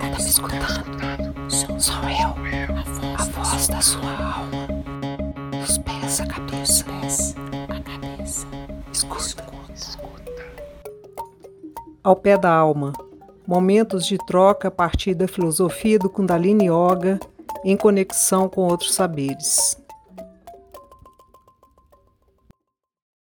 Tá escutando sou eu, a voz da sua alma. Os pés, a cabeça, a cabeça. Escuta, escuta. Ao pé da alma. Momentos de troca a partir da filosofia do Kundalini Yoga em conexão com outros saberes.